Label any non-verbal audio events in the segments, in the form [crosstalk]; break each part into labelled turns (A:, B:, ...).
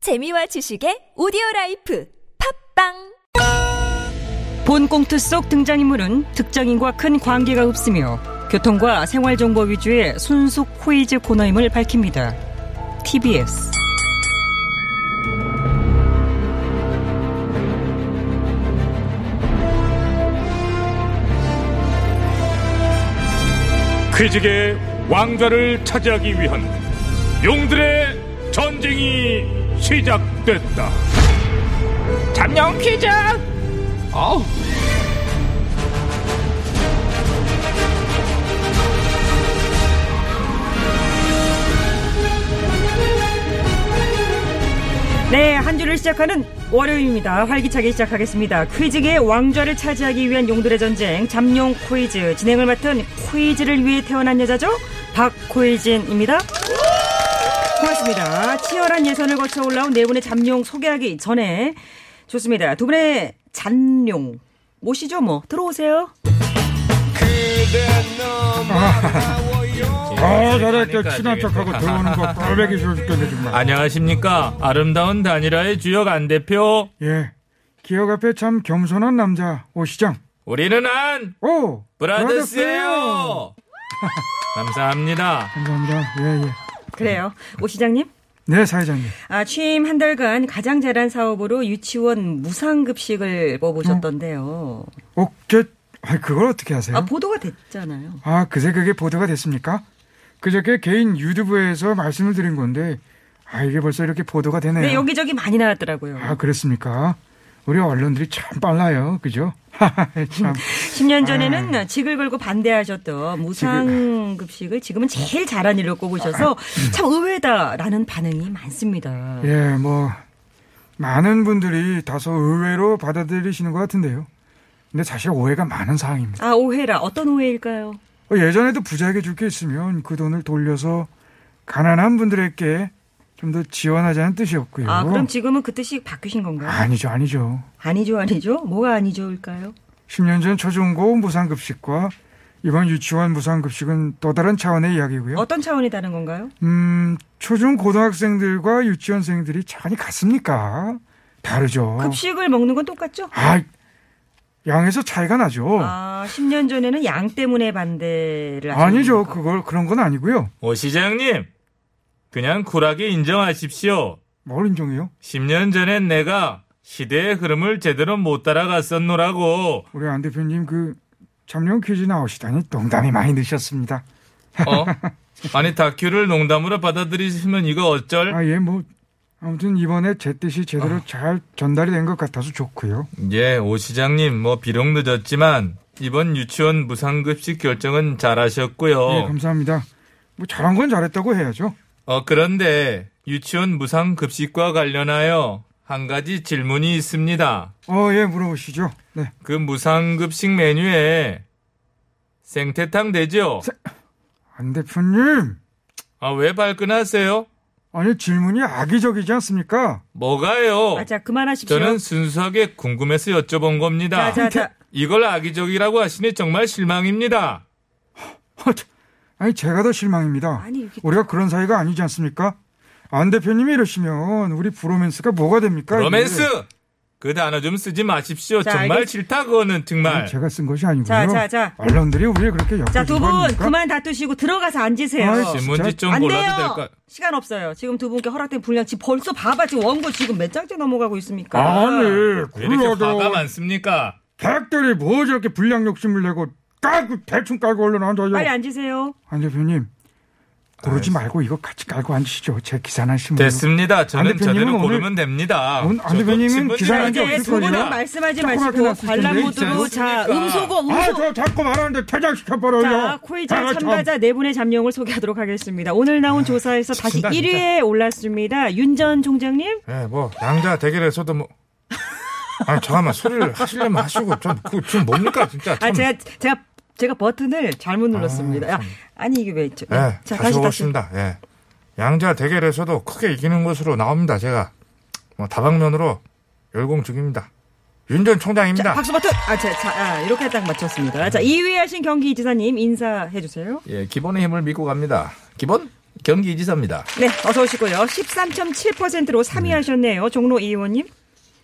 A: 재미와 지식의 오디오 라이프 팝빵
B: 본 꽁트 속 등장인물은 특정인과 큰 관계가 없으며 교통과 생활정보 위주의 순수 코이즈 코너임을 밝힙니다. TBS
C: 퀴즈계 왕좌를 차지하기 위한 용들의 전쟁이 시작됐다. 잠룡 퀴즈. 어
B: 네, 한 주를 시작하는 월요일입니다. 활기차게 시작하겠습니다. 퀴즈계의 왕좌를 차지하기 위한 용들의 전쟁, 잠룡 코이즈. 진행을 맡은 코이즈를 위해 태어난 여자죠? 박코이진입니다. 고맙습니다. 치열한 예선을 거쳐 올라온 네 분의 잠룡 소개하기 전에 좋습니다. 두 분의 잔룡 모시죠 뭐 들어오세요.
D: 아, 저래 저 친한 척하고 들어오는 [laughs] 거 꼴배기 싫어 죽겠네 정말.
E: 안녕하십니까 아름다운 단일화의 주역 안 대표
D: 예, 기억 앞에 참 겸손한 남자 오 시장.
E: 우리는 안
D: 오, 브라더스예요.
E: 브라더스예요 감사합니다
D: 감사합니다. 예, 예.
B: 그래요. 오 시장님.
D: 네, 사회자님.
B: 아, 취임 한 달간 가장 잘한 사업으로 유치원 무상급식을 뽑으셨던데요.
D: 어, 저, 아, 그걸 어떻게 하세요?
B: 아, 보도가 됐잖아요.
D: 아, 그새 그게 보도가 됐습니까? 그저께 개인 유튜브에서 말씀을 드린 건데, 아, 이게 벌써 이렇게 보도가 되네요.
B: 네, 여기저기 많이 나왔더라고요.
D: 아, 그렇습니까? 우리 언론들이 참 빨라요, 그죠? [laughs] 참.
B: 10년 전에는
D: 아.
B: 직을 걸고 반대하셨던 무상급식을 지금은 제일 잘한 일로 꼽으셔서 참 의외다라는 반응이 많습니다.
D: 예, 뭐 많은 분들이 다소 의외로 받아들이시는 것 같은데요. 근데 사실 오해가 많은 사항입니다.
B: 아, 오해라. 어떤 오해일까요?
D: 어, 예전에도 부자에게 줄 게 있으면 그 돈을 돌려서 가난한 분들에게 좀 더 지원하자는 뜻이었고요.
B: 아, 그럼 지금은 그 뜻이 바뀌신 건가요?
D: 니죠 아니죠.
B: 아니죠, 아니죠. 뭐가 아니죠일까요?
D: 10년 전 초중고 무상급식과 이번 유치원 무상급식은 또 다른 차원의 이야기고요.
B: 어떤 차원이 다른 건가요?
D: 음, 초중 고등학생들과 유치원생들이 차원이 같습니까? 다르죠.
B: 급식을 먹는 건 똑같죠?
D: 어. 아, 어. 양에서 차이가 나죠.
B: 아, 10년 전에는 양 때문에 반대를 하셨
D: 아니죠. 그걸 그런 건 아니고요.
E: 오 시장님 그냥 쿨하게 인정하십시오
D: 뭘 인정해요?
E: 10년 전엔 내가 시대의 흐름을 제대로 못 따라갔었노라고
D: 우리 안 대표님 그 잠룡 퀴즈 나오시다니 농담이 많이 넣으셨습니다.
E: 어? 아니 다큐를 농담으로 받아들이시면 이거 어쩔
D: 아, 예, 뭐 아무튼 이번에 제 뜻이
E: 아.
D: 제대로 잘 전달이 된 것 같아서 좋고요.
E: 예 오 시장님 뭐 비록 늦었지만 이번 유치원 무상급식 결정은 잘하셨고요
D: 예, 감사합니다. 뭐 잘한 건 잘했다고 해야죠.
E: 어, 그런데 유치원 무상 급식과 관련하여 한 가지 질문이 있습니다.
D: 어, 예, 물어보시죠. 네.
E: 그 무상 급식 메뉴에 생태탕 되죠?
D: 안 대표님.
E: 아, 왜 발끈하세요?
D: 아니, 질문이 악의적이지 않습니까?
E: 뭐가요?
B: 아, 자, 그만하십시오.
E: 저는 순수하게 궁금해서 여쭤본 겁니다.
B: 자, 자, 자.
E: 이걸 악의적이라고 하시니 정말 실망입니다.
B: 아,
D: 아니, 제가 더 실망입니다.
B: 아니, 이게-
D: 우리가 그런 사이가 아니지 않습니까? 안 대표님이 이러시면 우리 브로맨스가 뭐가 됩니까? 이게?
E: 로맨스! 그 단어 좀 쓰지 마십시오.
B: 예. 자,
E: 정말
B: 알겠- 음,
E: 싫다, 그거는 정말.
D: 아니, 네, 제가 쓴 것이 아니고요.
B: 네. 자, 자, 자.
D: 언론들이 우리 그렇게 엮어
B: 자, 두 분 그만 다투시고 들어가서 앉으세요.
D: 아이,
E: 질문지
D: 진짜?
E: 좀
B: 안
E: 골라도
B: 돼요.
E: 될까?
B: 시간 없어요. 지금 두 분께 허락된 분량 지금 벌써 봐봐. 지금 원고 지금 몇 장째 넘어가고 있습니까?
D: 아니,
E: 왜 이렇게 화가
D: 굴러도
E: 많습니까?
D: 백들이 뭐 저렇게 불량 욕심을 내고 깔고 대충 깔고 얼른 앉아요.
B: 빨리 앉으세요.
D: 안 대표님, 그러지 말고 이거 같이 깔고 앉으시죠. 제 기사나 신문.
E: 됐습니다. 저는
D: 대표님은
E: 제대로
D: 오늘-
E: 고르면 됩니다.
D: 오늘 안 대표님은 기사
B: 자,
D: 아니,
B: 이제
D: 없을
B: 두 분은
D: 거예요.
E: 네,
B: 말씀하지
D: 조그맣게
B: 마시고
D: 났을 텐데,
B: 관람
D: 진짜.
B: 모드로 자,
E: 그러니까.
B: 음소거
D: 아,
B: 음소.
D: 저 자꾸 말하는데 퇴장시켜버려요.
B: 자, 코이즈
D: 아, 참.
B: 참가자 네 분의 잠룡을 소개하도록 하겠습니다. 오늘 나온 조사에서 다시 1위에 올랐습니다. 윤 전 총장님,
F: 예, 뭐 양자 대결에서도 뭐. [laughs] 아 잠깐만 소리를 하시려면 하시고 좀그좀 뭡니까 진짜. 참.
B: 아 제가 제가 제가 버튼을 잘못 눌렀습니다. 아, 아니 이게 왜 있죠?
E: 네,
F: 예, 다시 오겠습니다. 예. 양자 대결에서도 크게 이기는 것으로 나옵니다. 제가 뭐 다방면으로 열공 중입니다. 윤 전 총장입니다.
B: 박수 버튼. 아, 자, 자, 아, 이렇게 딱 맞췄습니다. 자, 2위 하신 경기 지사님 인사해 주세요.
E: 예, 기본의 힘을 믿고 갑니다. 기본? 경기지사입니다.
B: 네, 어서 오시고요. 13.7%로 3위 하셨네요. 종로 이 의원님.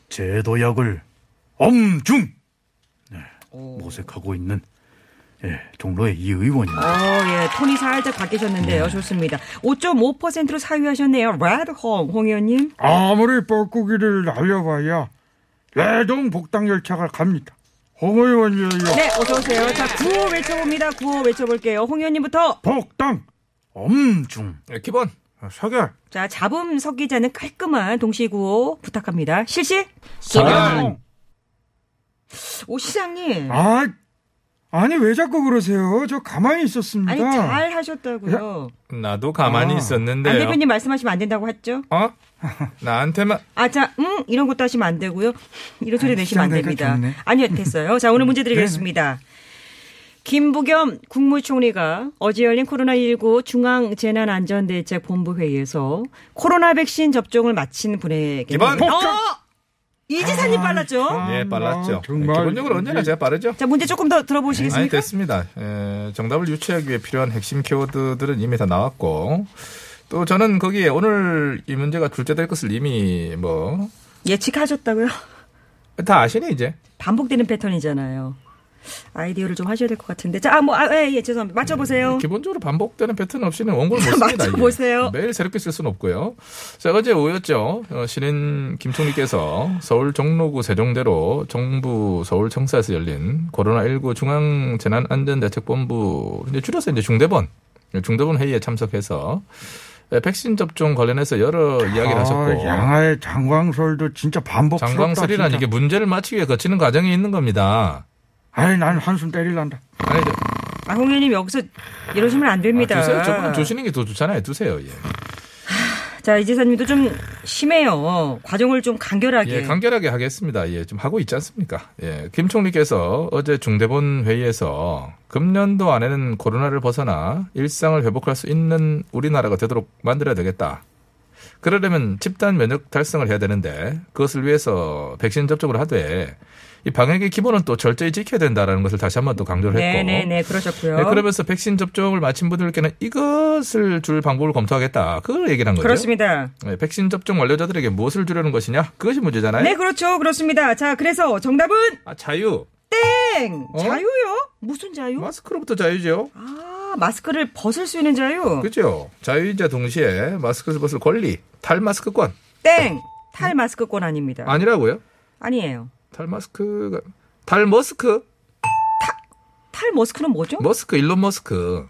G: 제도약을 엄중 네, 모색하고 있는 예, 종로의 이 의원입니다.
B: 어, 예. 톤이 살짝 바뀌셨는데요. 좋습니다. 5.5%로 4위 하셨네요. 레드홍, 홍 의원님.
D: 아무리 뻐꾸기를 날려봐야 레동 복당 열차가 갑니다. 홍 의원이에요.
B: 네, 어서오세요. 자, 구호 외쳐봅니다. 구호 외쳐볼게요. 홍 의원님부터.
D: 복당
G: 엄중
E: 예, 기본.
F: 어, 서결.
B: 자, 잡음 섞이지 않은 깔끔한 동시 구호 부탁합니다. 실시.
D: 어.
B: 오, 시장님.
D: 아 아니 왜 자꾸 그러세요? 저 가만히 있었습니다.
B: 아니, 잘 하셨다고요.
E: 나도 가만히
D: 아.
E: 있었는데요.
B: 안 대표님 말씀하시면 안 된다고 했죠?
E: 어? 나한테만
B: 아, 자, 음, 이런 것도 하시면 안 되고요. 이런 소리
D: 아,
B: 내시면 안
D: 시장님께
B: 됩니다.
D: 좋네. 네,
B: 아니요, 됐어요. 자, 오늘 문제 드리겠습니다. 김부겸 국무총리가 어제 열린 코로나19 중앙재난안전대책본부 회의에서 코로나 백신 접종을 마친 분에게
E: 기본!
B: 어! 이지사님 빨랐죠?
D: 아,
E: 예
D: 나
E: 빠르죠.
D: 정말
E: 기본적으로 언제나 제가 빠르죠.
B: 자, 문제 조금 더
E: 아니
B: 들어보시겠습니까?
E: 됐습니다. 에, 정답을 유추하기 위해 필요한 핵심 키워드들은 이미 다 나왔고 또 저는 거기에 오늘 이 문제가 출제될 것을 이미 뭐 다
B: 예측하셨다고요? [laughs]
E: 아시네 이제.
B: 반복되는 패턴이잖아요. 아이디어를 좀 하셔야 될 것 같은데. 자, 아, 뭐, 아, 예, 예, 죄송합니다. 맞춰보세요.
E: 기본적으로 반복되는 패턴 없이는 원고를 못 씁니다. 이게.
B: [laughs] 맞춰보세요.
E: 매일 새롭게 쓸 수는 없고요. 자, 어제 오였죠. 어, 신인 김총리께서 서울 종로구 세종대로 정부 서울청사에서 열린 코로나19 중앙재난안전대책본부, 이제 줄여서 이제 중대본, 중대본 회의에 참석해서 예, 백신 접종 관련해서 여러 이야기를 하셨고.
D: 아, 양아의 장광설도 진짜 반복스럽다.
E: 장광설이란
D: 진짜.
E: 이게 뭐- 문제를 맞추기 위해 거치는 과정이 있는 겁니다.
D: 아이 난 한숨 때릴란다.
E: 아니, 저,
B: 아, 홍 의원님, 여기서 이러시면 안 됩니다.
E: 아, 두세요. 저분은 조시는 게 더 좋잖아요. 두세요. 예.
B: 자, 이지사님도 좀 심해요. 과정을 좀 간결하게.
E: 예, 간결하게 하겠습니다. 예, 좀 하고 있지 않습니까? 예, 김 총리께서 어제 중대본 회의에서 금년도 안에는 코로나를 벗어나 일상을 회복할 수 있는 우리나라가 되도록 만들어야 되겠다. 그러려면 집단 면역 달성을 해야 되는데 그것을 위해서 백신 접종을 하되 이 방역의 기본은 또 절저히 지켜야 된다라는 것을 다시 한번 또 강조를 했고
B: 네네네, 그러셨고요.
E: 예, 그러면서 백신 접종을 마친 분들께는 이것을 줄 방법을 검토하겠다. 그걸 얘기를 한 거죠.
B: 그렇습니다.
E: 예, 백신 접종 완료자들에게 무엇을 주려는 것이냐? 그것이 문제잖아요.
B: 네, 그렇죠. 그렇습니다. 자, 그래서 정답은
E: 아, 자유.
B: 땡!
E: 어?
B: 자유요? 무슨 자유?
E: 마스크로부터 자유죠.
B: 아, 마스크를 벗을 수 있는 자유?
E: 그죠? 자유이자 동시에 마스크를 벗을 권리, 탈마스크권
B: 땡! 탈마스크권 아닙니다.
E: 아니라고요?
B: 아니에요.
E: 탈마스크가 탈머스크?
B: 탈머스크는 뭐죠?
E: 머스크 일론 머스크.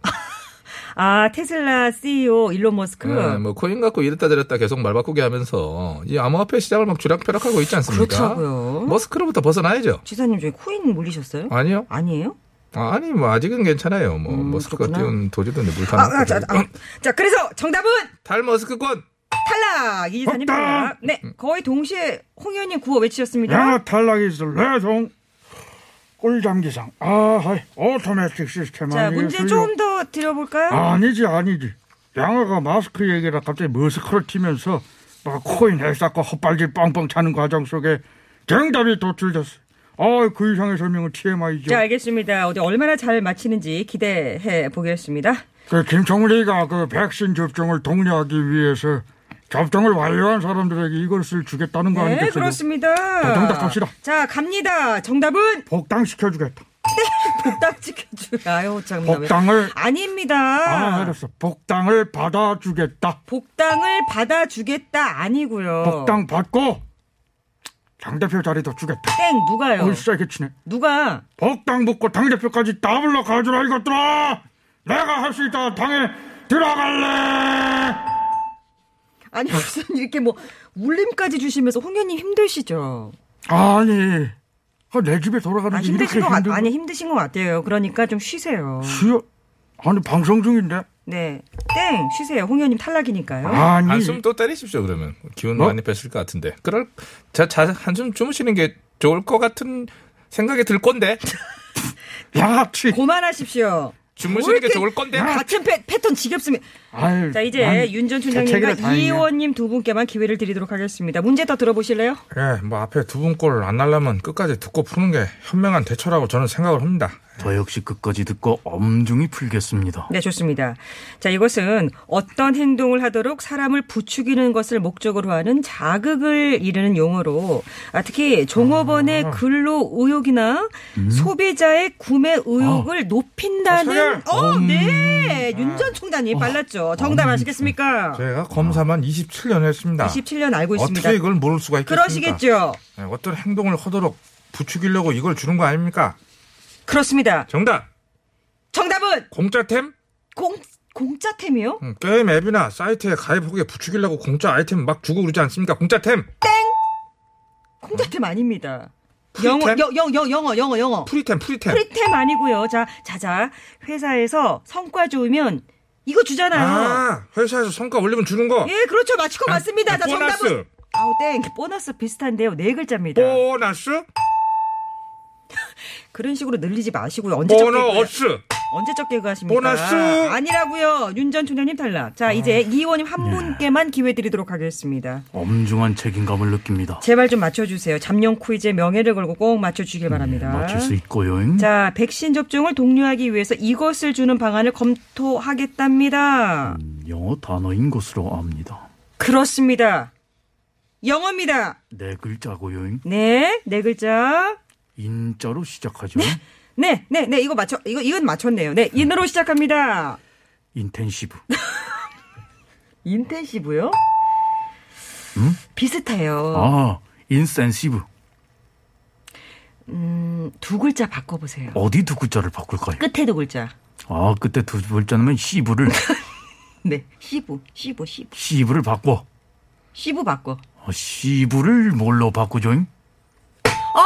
B: 아, 테슬라 CEO 일론 머스크.
E: 예, 뭐 코인 갖고 이랬다 저랬다 계속 말 바꾸게 하면서 이 암호화폐 시장을 막 주락펴락하고 있지 않습니까?
B: 그렇다고요.
E: 머스크로부터 벗어나야죠.
B: 지사님 저기 코인 물리셨어요?
E: 아니요.
B: 아니에요?
E: 아, 아니 뭐 아직은 괜찮아요. 뭐
B: 음,
E: 머스크가
B: 그렇구나.
E: 띄운 도지도 이제
B: 아,
E: 물타는
B: 아, 자, 아, 자, 그래서 정답은
E: 탈머스크권.
B: 탈락! 이지사님
D: 없다.
B: 탈락. 네, 거의 동시에 홍 의원님 구호 외치셨습니다.
D: 양아 탈락이 있어 레동 네, 꿀잠기상. 아, 하이 오토매틱 시스템
B: 자,
D: 아니겠어요?
B: 문제 좀 더 드려볼까요?
D: 아니지 아니지. 양아가 마스크 얘기라 갑자기 머스크를 튀면서 막 코인 헬쌓고 헛발질 뻥뻥 차는 과정 속에 정답이 도출됐어. 아, 그 이상의 설명은 TMI죠.
B: 자, 알겠습니다. 어디 얼마나 잘 맞히는지 기대해 보겠습니다.
D: 그 김총리가 그 백신 접종을 독려하기 위해서 접종을 완료한 사람들에게 이것을 주겠다는 거
B: 네,
D: 아니겠어요?
B: 그렇습니다.
D: 자, 정답 갑시다. 네.
B: 자, 갑니다. 정답은
D: 복당시켜주겠다.
B: 복당 지켜줄. 아유, 참. 나 그러니까 왜-
D: 복당을 아,
B: 아닙니다.
D: 알았어. 복당을 받아주겠다.
B: 복당을 받아주겠다 아니고요.
D: 복당 받고 당 대표 자리도 주겠다.
B: 땡 누가요?
D: 어이 세게 치네.
B: 누가?
D: 복당 붙고 당 대표까지 다 불러 가주라 이것들아. 내가 할 수 있다. 당에 들어갈래.
B: 아니 무슨 이렇게 뭐 울림까지 주시면서 홍현님 힘드시죠?
D: 아니, 아, 내 집에
B: 아,
D: 돌아가는 게 이렇게
B: 힘드신 것 같,
D: 힘든.
B: 아니 힘드신 것 같아요. 그러니까 좀 쉬세요.
D: 쉬어. 아니 방송 중인데.
B: 네, 땡 쉬세요. 홍현님 탈락이니까요.
D: 아니.
E: 한숨 또 때리십시오 그러면 기운
D: 뭐?
E: 많이 빼실 것 같은데 그럴 자, 자 한숨 주무시는 게 좋을 것 같은 생각이 들 건데
D: 양아치.
B: 고만하십시오.
E: 주무시는 게
B: 이렇게
E: 좋을 건데.
B: 같은 패, 패턴 지겹습니다.
E: 음.
D: 아유,
B: 자 이제
D: 난
B: 윤 전
D: 자책이라
B: 총장님과
D: 다행이야.
B: 이 의원님 두 분께만 기회를 드리도록 하겠습니다. 문제 더 들어보실래요?
E: 예, 뭐 앞에 두 분 꼴 안 날려면 끝까지 듣고 푸는 게 현명한 대처라고 저는 생각을 합니다.
G: 저 역시 끝까지 듣고 엄중히 풀겠습니다.
B: 네, 좋습니다. 자, 이것은 어떤 행동을 하도록 사람을 부추기는 것을 목적으로 하는 자극을 이르는 용어로 아, 특히 종업원의
E: 아.
B: 근로 의욕이나
E: 음.
B: 소비자의 구매
E: 아.
B: 의욕을 높인다는 어,
E: 음.
B: 네. 윤 전
E: 아.
B: 총장님 빨랐죠. 정답 아시겠습니까?
E: 제가 검사만 27년 했습니다.
B: 27년 알고 있습니다.
E: 어떻게 이걸 모를 수가 있겠습니까?
B: 그러시겠죠.
E: 예, 어떤 행동을 하도록 부추기려고 이걸 주는 거 아닙니까?
B: 그렇습니다.
E: 정답
B: 정답은
E: 공짜템?
B: 공 공짜템이요?
E: 음, 게임 앱이나 사이트에 가입하게 부추기려고 공짜 아이템 막 주고 그러지 않습니까? 공짜템
B: 공짜템 아닙니다. 영어,
E: 프리템?
B: 여, 여, 여, 영어, 영어, 영어.
E: 프리템 프리템
B: 프리템 아니고요. 자, 자자. 회사에서 성과 좋으면 이거 주잖아요.
E: 아 회사에서 성과 올리면 주는 거
B: 예, 그렇죠. 맞추고 맞습니다. 자, 정답은
E: 보너스
B: 아우 땡. 보너스 비슷한데요. 네 글자입니다.
E: 보너스
B: 그런 식으로 늘리지 마시고요. 언제 적게
E: 보너스 어,
B: 언제 적게 가십니까?
E: 보너스! 아.
B: 아니라고요. 윤 전 총장님 탈락. 자, 이제 이 의원님
E: 네.
B: 한 분께만 기회 드리도록 하겠습니다.
G: 엄중한 책임감을 느낍니다.
B: 제발 좀 맞춰 주세요. 잠룡 퀴즈에 명예를 걸고 꼭 맞춰 주길 바랍니다.
G: 음, 맞출 수 있고요.
B: 자, 백신 접종을 독려하기 위해서 이것을 주는 방안을 검토하겠답니다.
G: 영어 단어인 것으로 압니다.
B: 그렇습니다. 영어입니다.
G: 네 글자고요.
B: 네, 네 글자.
G: 인자로 시작하죠.
B: 네, 네, 네, 이거 맞춰, 이거, 이건 맞췄네요. 네, 인으로 시작합니다.
G: 인텐시브.
B: 인텐시브요? 비슷해요.
G: 음? 아, 인센시브.
B: 음, 두 글자 바꿔보세요.
G: 어디 두 글자를 바꿀까요?
B: 끝에 두 글자.
G: 아, 그때 두 글자면 시브를
B: 네, 시부, 시부, 시부.
G: 시브를 바꿔.
B: 시부 바꿔.
G: 아, 시브를 뭘로 바꾸죠?
E: 아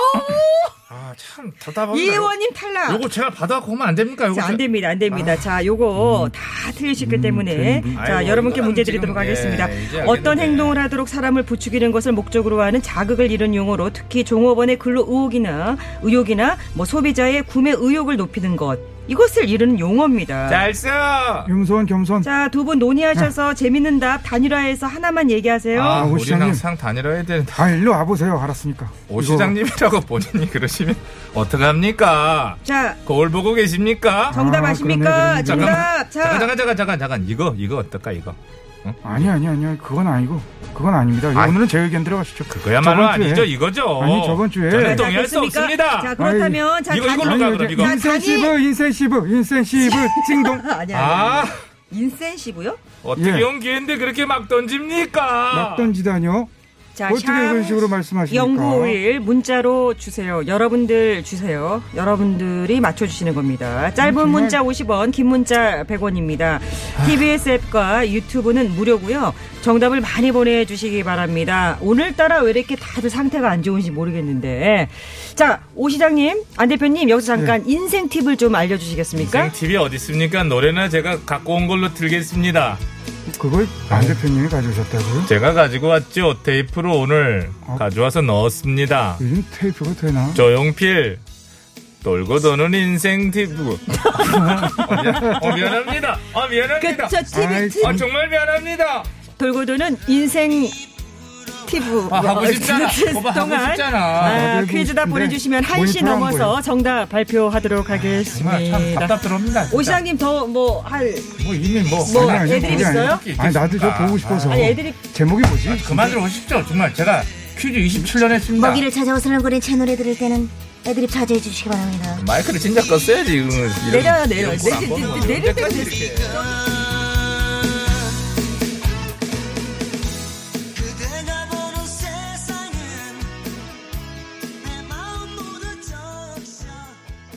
E: 참 답답합니다.
B: 이 의원님 탈락.
E: 요거 제가 받아갖고 오면 안 됩니까? 요거
B: 자, 안
E: 제-
B: 됩니다, 안 됩니다. 자,
E: 아, 음.
B: 요거 다 틀리셨기 때문에 자
E: 아이고,
B: 여러분께
E: 이거는
B: 문제 드리도록
E: 지금,
B: 하겠습니다.
E: 예, 이제
B: 어떤
E: 알겠는데.
B: 행동을 하도록 사람을 부추기는 것을 목적으로 하는 자극을 이른 용어로 특히 종업원의 근로 의혹이나 의혹이나 뭐 소비자의 구매 의욕을 높이는 것 이것을 이르는 용어입니다.
E: 잘 써.
D: 겸손 겸손.
B: 자, 두 분 논의하셔서 재밌는 답 단일화해서 하나만 얘기하세요.
E: 아,
D: 오
E: 우리
D: 시장님.
E: 항상 단일화해야 되는데
D: 아 일로 와보세요. 알았으니까.
E: 오 시장님이라고 [laughs] 본인이 그러시면 어떡합니까?
B: 자,
E: 거울 보고 계십니까?
B: 정답
D: 아,
B: 아, 십니까
D: 그러네, 그러네.
B: 정답. 자,
E: 잠깐 잠깐 잠깐 잠깐 잠깐 이거 이거 어떨까 이거
D: 이거, 아니 아니 아니 그건 아니고 그건 아닙니다.
E: 아이.
D: 오늘은 제 의견 들어가시죠.
E: 그야말로
D: 저번 주에.
E: 아니죠 이거죠
D: 아니, 저번 주에.
E: 저는
D: 자,
E: 동의할 수
B: 네, 됐습니까?
E: 없습니다
B: 자, 그렇다면
D: 아이,
B: 자,
E: 이거,
B: 단-
E: 이걸로
D: 아니,
E: 가,
D: 이제
E: 그럼 이거.
D: 인센시브 인센시브 인센시브 찡동.
B: [laughs] 아니, 아니, 아니.
E: 아
B: 인센시브요?
E: 어떻게
D: 예.
E: 온 기회인데 그렇게 막 던집니까
D: 막 던지다뇨.
B: 자,
D: 어떻게
B: 샵
D: 그런 식으로 말씀하십니까?
B: 0951 문자로 주세요. 여러분들 주세요. 여러분들이 맞춰주시는 겁니다.
D: 네.
B: 짧은 문자 50원, 긴 문자 100원입니다.
D: 아.
B: TBS 앱과 유튜브는 무료고요. 정답을 많이 보내주시기 바랍니다. 오늘따라 왜 이렇게 다들 상태가 안 좋은지 모르겠는데. 자, 오 시장님, 안 대표님, 여기서 잠깐
D: 네.
B: 인생 팁을 좀 알려주시겠습니까?
E: 인생 TV 어디 있습니까 노래나 제가 갖고 온 걸로 들겠습니다
D: 그걸 안 대표님이 가져오셨다고요?
E: 제가 가지고 왔죠 테이프로 오늘
D: 어.
E: 가져와서 넣었습니다
D: 요즘 테이프가 되나?
E: 조용필 돌고 도는 인생 TV 어, 미안- 어, 미안합니다 아 미안합니다
B: 그쵸, TV,
D: 아이,
B: TV.
E: 아 정말 미안합니다
B: 돌고 도는 인생 팁브
E: 아, 하고
B: [laughs]
E: 싶잖아. 오빠 하고 싶잖아.
B: 아,
D: 나도
B: 퀴즈 다
D: 해보고
B: 보내주시면
D: 싶은데
B: 1시
D: 뭐 모니터로 안
B: 넘어서
D: 보여.
B: 정답 발표하도록
D: 아,
E: 정말 참
B: 하겠습니다.
E: 답답드럽니다 진짜.
B: 오시장님 더 뭐 할
E: 뭐 이미 뭐
B: 뭐
D: 아니, 아니,
B: 애드립
D: 그게
B: 있어요?
D: 아니라- 아니 나도 저 보고 싶어서.
B: 아니 애드립
D: 제목이 뭐지?
E: 그만 좀 오십시오 정말 제가 퀴즈 27년 했습니다
H: 먹이를 찾아 어슬렁거리는 제 노래 들을 때는 애드립 차지해 주시기 바랍니다.
D: 네,
E: 마이크를 진짜 껐어요 지금
B: 내려야 내려 내릴 때
E: 내릴
B: 됐어.